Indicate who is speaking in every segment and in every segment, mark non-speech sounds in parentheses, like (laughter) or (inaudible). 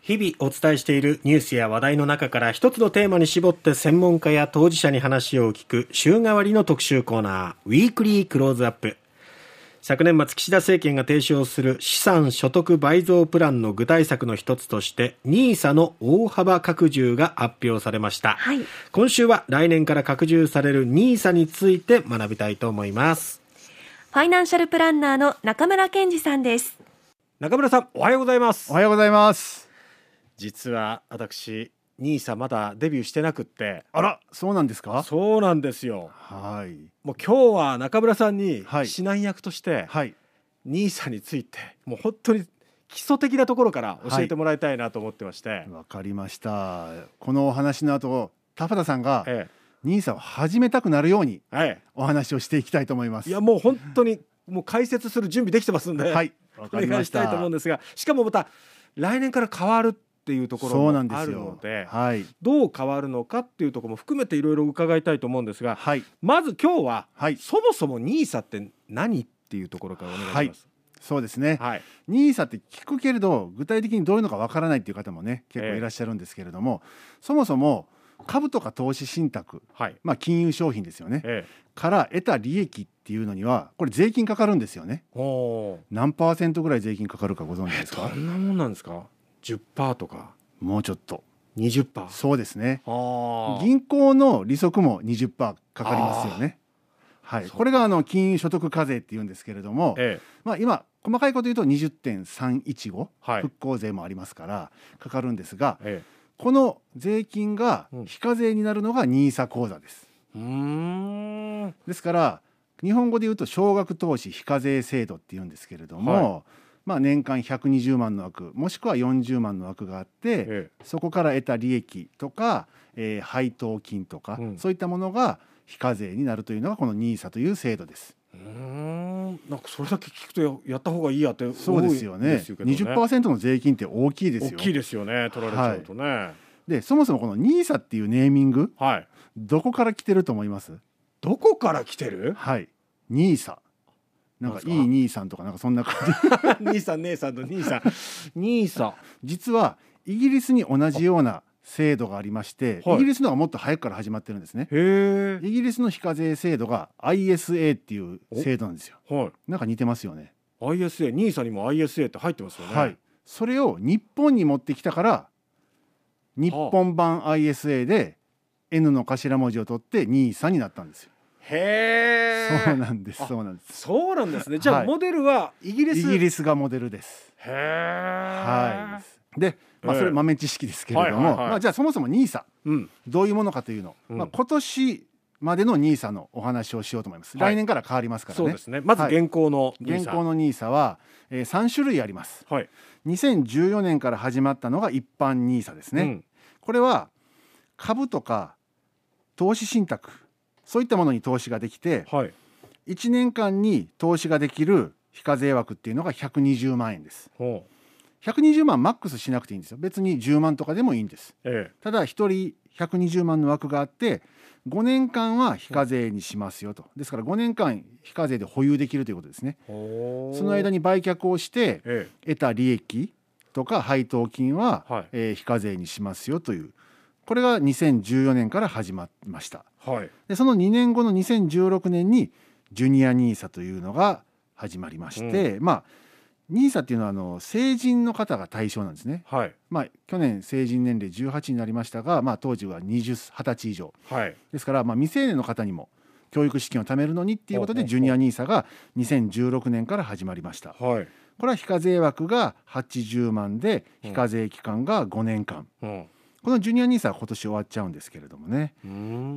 Speaker 1: 日々お伝えしているニュースや話題の中から一つのテーマに絞って専門家や当事者に話を聞く週替わりの特集コーナー、ウィークリークローズアップ。昨年末、岸田政権が提唱する資産所得倍増プランの具体策の一つとして、NISA の大幅拡充が発表されました。
Speaker 2: はい、
Speaker 1: 今週は来年から拡充される NISA について学びたいと思います。
Speaker 2: ファイナンシャルプランナーの中村健二さんです。
Speaker 1: 中村さん、おはようございます。
Speaker 3: おはようございます。
Speaker 1: 実は私ニーサまだデビューしてなくって
Speaker 3: あらそうなんですか
Speaker 1: そうなんですよ
Speaker 3: はい
Speaker 1: もう今日は中村さんに指南役として、
Speaker 3: はい、
Speaker 1: ニーサについてもう本当に基礎的なところから教えてもらいたいなと思ってまして
Speaker 3: わ、はい、かりましたこのお話の後田畑さんが、ええ、ニーサを始めたくなるように、
Speaker 1: ええ、
Speaker 3: お話をしていきたいと思います
Speaker 1: いやもう本当にもう解説する準備できてますんで
Speaker 3: はい
Speaker 1: お願いしたいと思うんですがしかもまた来年から変わるっていうところもあるので
Speaker 3: はい、
Speaker 1: どう変わるのかっていうところも含めていろいろ伺いたいと思うんですが、
Speaker 3: はい、
Speaker 1: まず今日は、
Speaker 3: はい、
Speaker 1: そもそも NISA って何っていうところからお願いします。はい、
Speaker 3: そうですね、
Speaker 1: はい、
Speaker 3: NISA って聞くけれど具体的にどういうのかわからないっていう方もね結構いらっしゃるんですけれども、ええ、そもそも株とか投資信託、
Speaker 1: はい、
Speaker 3: まあ、金融商品ですよね、
Speaker 1: え、
Speaker 3: から得た利益っていうのにはこれ税金かかるんですよね何パーセントぐらい税金かかるかご存知ですか、
Speaker 1: どんなもんなんですか10%とか
Speaker 3: もうちょっと
Speaker 1: 20%
Speaker 3: そうですね
Speaker 1: 銀
Speaker 3: 銀行の利息も20%かかりますよねはいこれがあの金融所得課税っていうんですけれども、
Speaker 1: ええ、
Speaker 3: まあ今細かいこと言うと20.315、
Speaker 1: はい、
Speaker 3: 復興税もありますからかかるんですが、
Speaker 1: ええ、
Speaker 3: この税金が非課税になるのが NISA 口座です、
Speaker 1: うん、
Speaker 3: ですから日本語で言うと少額投資非課税制度っていうんですけれども、はいまあ、年間120万の枠もしくは40万の枠があって、
Speaker 1: え
Speaker 3: え、そこから得た利益とか、えー、配当金とか、うん、そういったものが非課税になるというのがこの NISA という制度です。
Speaker 1: うんなんかそれだけ聞くとやった方がいいやって思
Speaker 3: そうですよね
Speaker 1: です
Speaker 3: よね20%の税金って大きいですよ、
Speaker 1: 大きいですよね取られちゃうとね、はい
Speaker 3: でそもそもこの NISA っていうネーミング、
Speaker 1: はい、
Speaker 3: どこから来てると思います
Speaker 1: どこから来て (laughs) る
Speaker 3: はい NISA なんかいい兄さんとかなんかそんな感
Speaker 1: じ兄さん姉さんと (laughs) 兄さん兄さん
Speaker 3: (laughs) 実はイギリスに同じような制度がありまして、
Speaker 1: はい、
Speaker 3: イギリスのはもっと早くから始まってるんですね
Speaker 1: イ
Speaker 3: ギリスの非課税制度が ISA っていう制度なんですよ、
Speaker 1: はい、
Speaker 3: なんか似てますよね
Speaker 1: ISA 兄さんにも ISA って入ってますよね、
Speaker 3: はい、それを日本に持ってきたから日本版 ISA で N の頭文字を取って兄さんになったんですよ
Speaker 1: へ
Speaker 3: え。そうなんです。そうなんです。
Speaker 1: そうなんですね。じゃあ、はい、モデルはイギリス。
Speaker 3: イギリスがモデルです。
Speaker 1: へえ。
Speaker 3: はい。で、まあ、それ豆知識ですけれども、
Speaker 1: はいはいはい、
Speaker 3: まあ、じゃあ、そもそもニーサ、
Speaker 1: うん、
Speaker 3: どういうものかというの、うん、まあ、今年。までのニーサのお話をしようと思います。来年から変わりますからね。
Speaker 1: そうですね。まず現行の、
Speaker 3: はい、現行のニーサは、えー、3種類あります。
Speaker 1: はい。
Speaker 3: 2014年から始まったのが一般ニーサですね。うん、これは株とか投資信託、そういったものに投資ができて、
Speaker 1: はい、
Speaker 3: 1年間に投資ができる非課税枠っていうのが120万円です。120万マックスしなくていいんですよ別に1万とかでもいいんです、
Speaker 1: ええ、
Speaker 3: ただ1人120万の枠があって5年間は非課税にしますよとですから5年間非課税で保有できるということですねその間に売却をして、
Speaker 1: え、
Speaker 3: 得た利益とか配当金は、
Speaker 1: はい、
Speaker 3: えー、非課税にしますよというこれが2014年から始まりました、
Speaker 1: はい、
Speaker 3: でその2年後の2016年にジュニア NISA というのが始まりまして、うん、まあ NISA っていうのはあの成人の方が対象なんですね、
Speaker 1: はい、
Speaker 3: まあ、去年成人年齢18になりましたが、まあ、当時は 20, 20歳以上、
Speaker 1: はい、
Speaker 3: ですからまあ未成年の方にも教育資金を貯めるのにっていうことでジュニア NISA が2016年から始まりました、
Speaker 1: はい、
Speaker 3: これは非課税枠が80万で非課税期間が5年間、
Speaker 1: うん、うん
Speaker 3: このジュニア NISA は今年終わっちゃうんですけれどもね。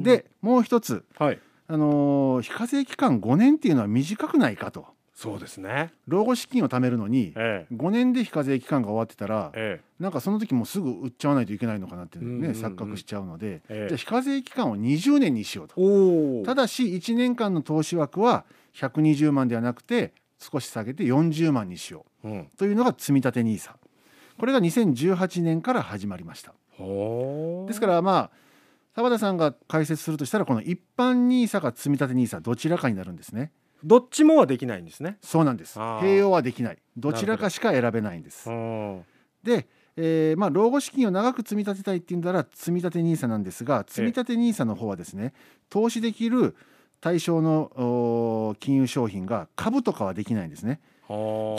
Speaker 3: でもう一つ、
Speaker 1: はい、
Speaker 3: あのー、非課税期間5年っていうのは短くないかと。
Speaker 1: そうですね
Speaker 3: 老後資金を貯めるのに、
Speaker 1: ええ、
Speaker 3: 5年で非課税期間が終わってたら、
Speaker 1: え
Speaker 3: え、なんかその時もすぐ売っちゃわないといけないのかなってね、ね、うんうん、錯覚しちゃうので、
Speaker 1: え、
Speaker 3: じゃあ非課税期間を20年にしよう
Speaker 1: と
Speaker 3: ただし1年間の投資枠は120万ではなくて少し下げて40万にしよ
Speaker 1: う、うん、
Speaker 3: というのが積み立て NISA これが2018年から始まりました。ですからまあ田畑さんが解説するとしたらこの一般 NISA か積立 NISA どちらかになるんですね
Speaker 1: どっちもはできないんですね
Speaker 3: そうなんです併用はできないどちらかしか選べないんです
Speaker 1: で、
Speaker 3: ええーまあ、老後資金を長く積み立てたいっていうんなら積み立て NISA なんですが積み立て NISA の方はですね投資できる対象のおー金融商品が株とかはできないんですね。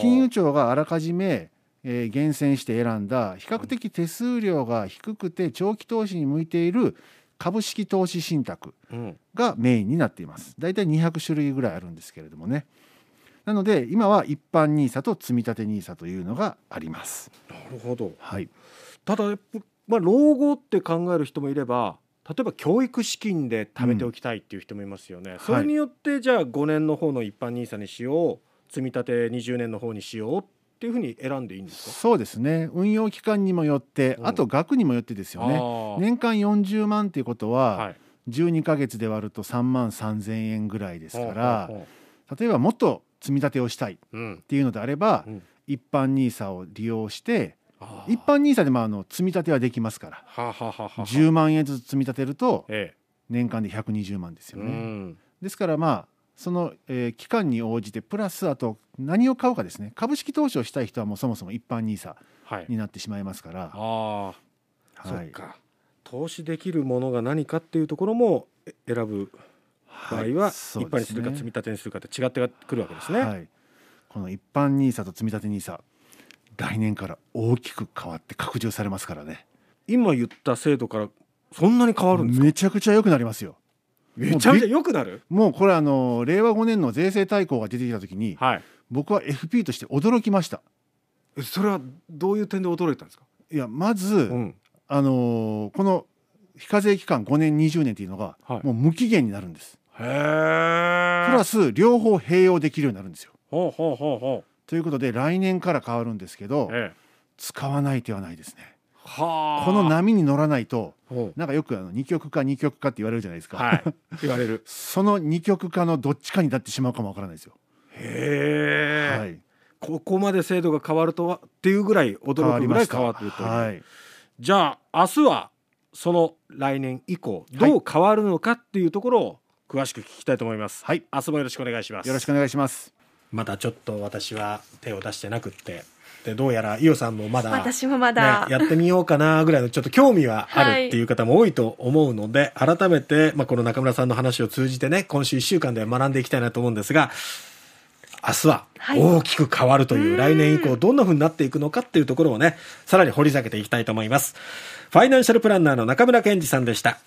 Speaker 3: 金融庁があらかじめ、えー厳選して選んだ比較的手数料が低くて長期投資に向いている株式投資信託
Speaker 1: うん
Speaker 3: がメインになっています大体200種類ぐらいあるんですけれどもねなので今は一般 NISA と積立 NISA というのがあります
Speaker 1: なるほど
Speaker 3: はい
Speaker 1: ただやっぱまあ老後って考える人もいれば例えば教育資金で貯めておきたいっていう人もいますよね、
Speaker 3: い
Speaker 1: それによってじゃあ5年の方の一般 NISA にしよう積み立て20年の方にしようっていうふうに選んでいいんです
Speaker 3: そうですね運用期間にもよって
Speaker 1: うん
Speaker 3: あと額にもよってです
Speaker 1: か
Speaker 3: よね
Speaker 1: あー
Speaker 3: 年間40万っていうこと
Speaker 1: は
Speaker 3: はい12ヶ月で割ると3万3000円ぐらいですか
Speaker 1: ほう
Speaker 3: ら
Speaker 1: ほうほ
Speaker 3: 例えばもっと積み立てをしたいっ
Speaker 1: ううん
Speaker 3: ていうのであれば
Speaker 1: うん
Speaker 3: 一般 NISA を利用して
Speaker 1: あー
Speaker 3: 一般 NISA でもあの積み立てはできますから
Speaker 1: はあはあはあはあ
Speaker 3: 10万円ずつ積み立てると
Speaker 1: え
Speaker 3: 年間で120万です
Speaker 1: え
Speaker 3: よ
Speaker 1: う
Speaker 3: ね。
Speaker 1: ん
Speaker 3: ですからまあその、えー期間に応じてプラスあと何を買うかですね株式投資をしたい人はもうそもそも一般 NISA
Speaker 1: はい
Speaker 3: になってしまいますから、
Speaker 1: ああ、
Speaker 3: は
Speaker 1: そっ
Speaker 3: い
Speaker 1: か投資できるものが何かっていうところもえ選ぶ場合
Speaker 3: い
Speaker 1: は一
Speaker 3: そうで
Speaker 1: 般
Speaker 3: すね
Speaker 1: にするか積み立てにするかって違ってくるわけですね。
Speaker 3: はい、この一般 NISA と積み立て NISA 来年から大きく変わって拡充されますからね
Speaker 1: 今言った制度からそんなに変わるんですか
Speaker 3: めちゃくちゃ良くなりますよ
Speaker 1: めちゃめちゃ良くなる
Speaker 3: もうこれあの令和5年の税制大綱が出てきた時に
Speaker 1: はい
Speaker 3: 僕は FP として驚きました
Speaker 1: えそれはどういう点で驚いたんですか、
Speaker 3: いやまず、
Speaker 1: うん、
Speaker 3: あのーこの非課税期間5年20年っていうのが、
Speaker 1: はい
Speaker 3: もう無期限になるんです
Speaker 1: へえ
Speaker 3: プラス両方併用できるようになるんですよ
Speaker 1: ほうほうほうほ
Speaker 3: ということで来年から変わるんですけど
Speaker 1: う、ええ、
Speaker 3: 使わない手はないですね
Speaker 1: はあ
Speaker 3: この波に乗らないと
Speaker 1: ほう
Speaker 3: なんかよくあの二極化二極化って言われるじゃないですか、
Speaker 1: はい言われる
Speaker 3: (laughs) その二極化のどっちかになってしまうかもわからないですよ、
Speaker 1: へえ、
Speaker 3: はい
Speaker 1: ここまで制度が変わるとはっていうぐらい
Speaker 3: 変
Speaker 1: 驚
Speaker 3: わ
Speaker 1: く
Speaker 3: り
Speaker 1: ぐら
Speaker 3: ま
Speaker 1: い
Speaker 3: し
Speaker 1: 変
Speaker 3: た
Speaker 1: わってるという、
Speaker 3: はい
Speaker 1: じゃあ明日はその来年以降
Speaker 3: はい
Speaker 1: どう変わるのかっていうところを詳しく聞きたいと思います、
Speaker 3: はい
Speaker 1: 明日もよろしくお願いします
Speaker 3: よろしくお願いします
Speaker 1: まだちょっと私は手を出してなくってでどうやら伊代さんもまだ
Speaker 2: 私もま
Speaker 1: ね
Speaker 2: だ、
Speaker 1: やってみようかなぐらいのちょっと興味はあ
Speaker 2: は
Speaker 1: る
Speaker 2: い
Speaker 1: っていう方も多いと思うので、改めて、まあ、この中村さんの話を通じてね今週1週間で学んでいきたいなと思うんですが明日は
Speaker 2: はい
Speaker 1: 大きく変わるという、来年以降どんな風になっていくのかっていうところをねさらに掘り下げていきたいと思いますファイナンシャルプランナーの中村健二さんでした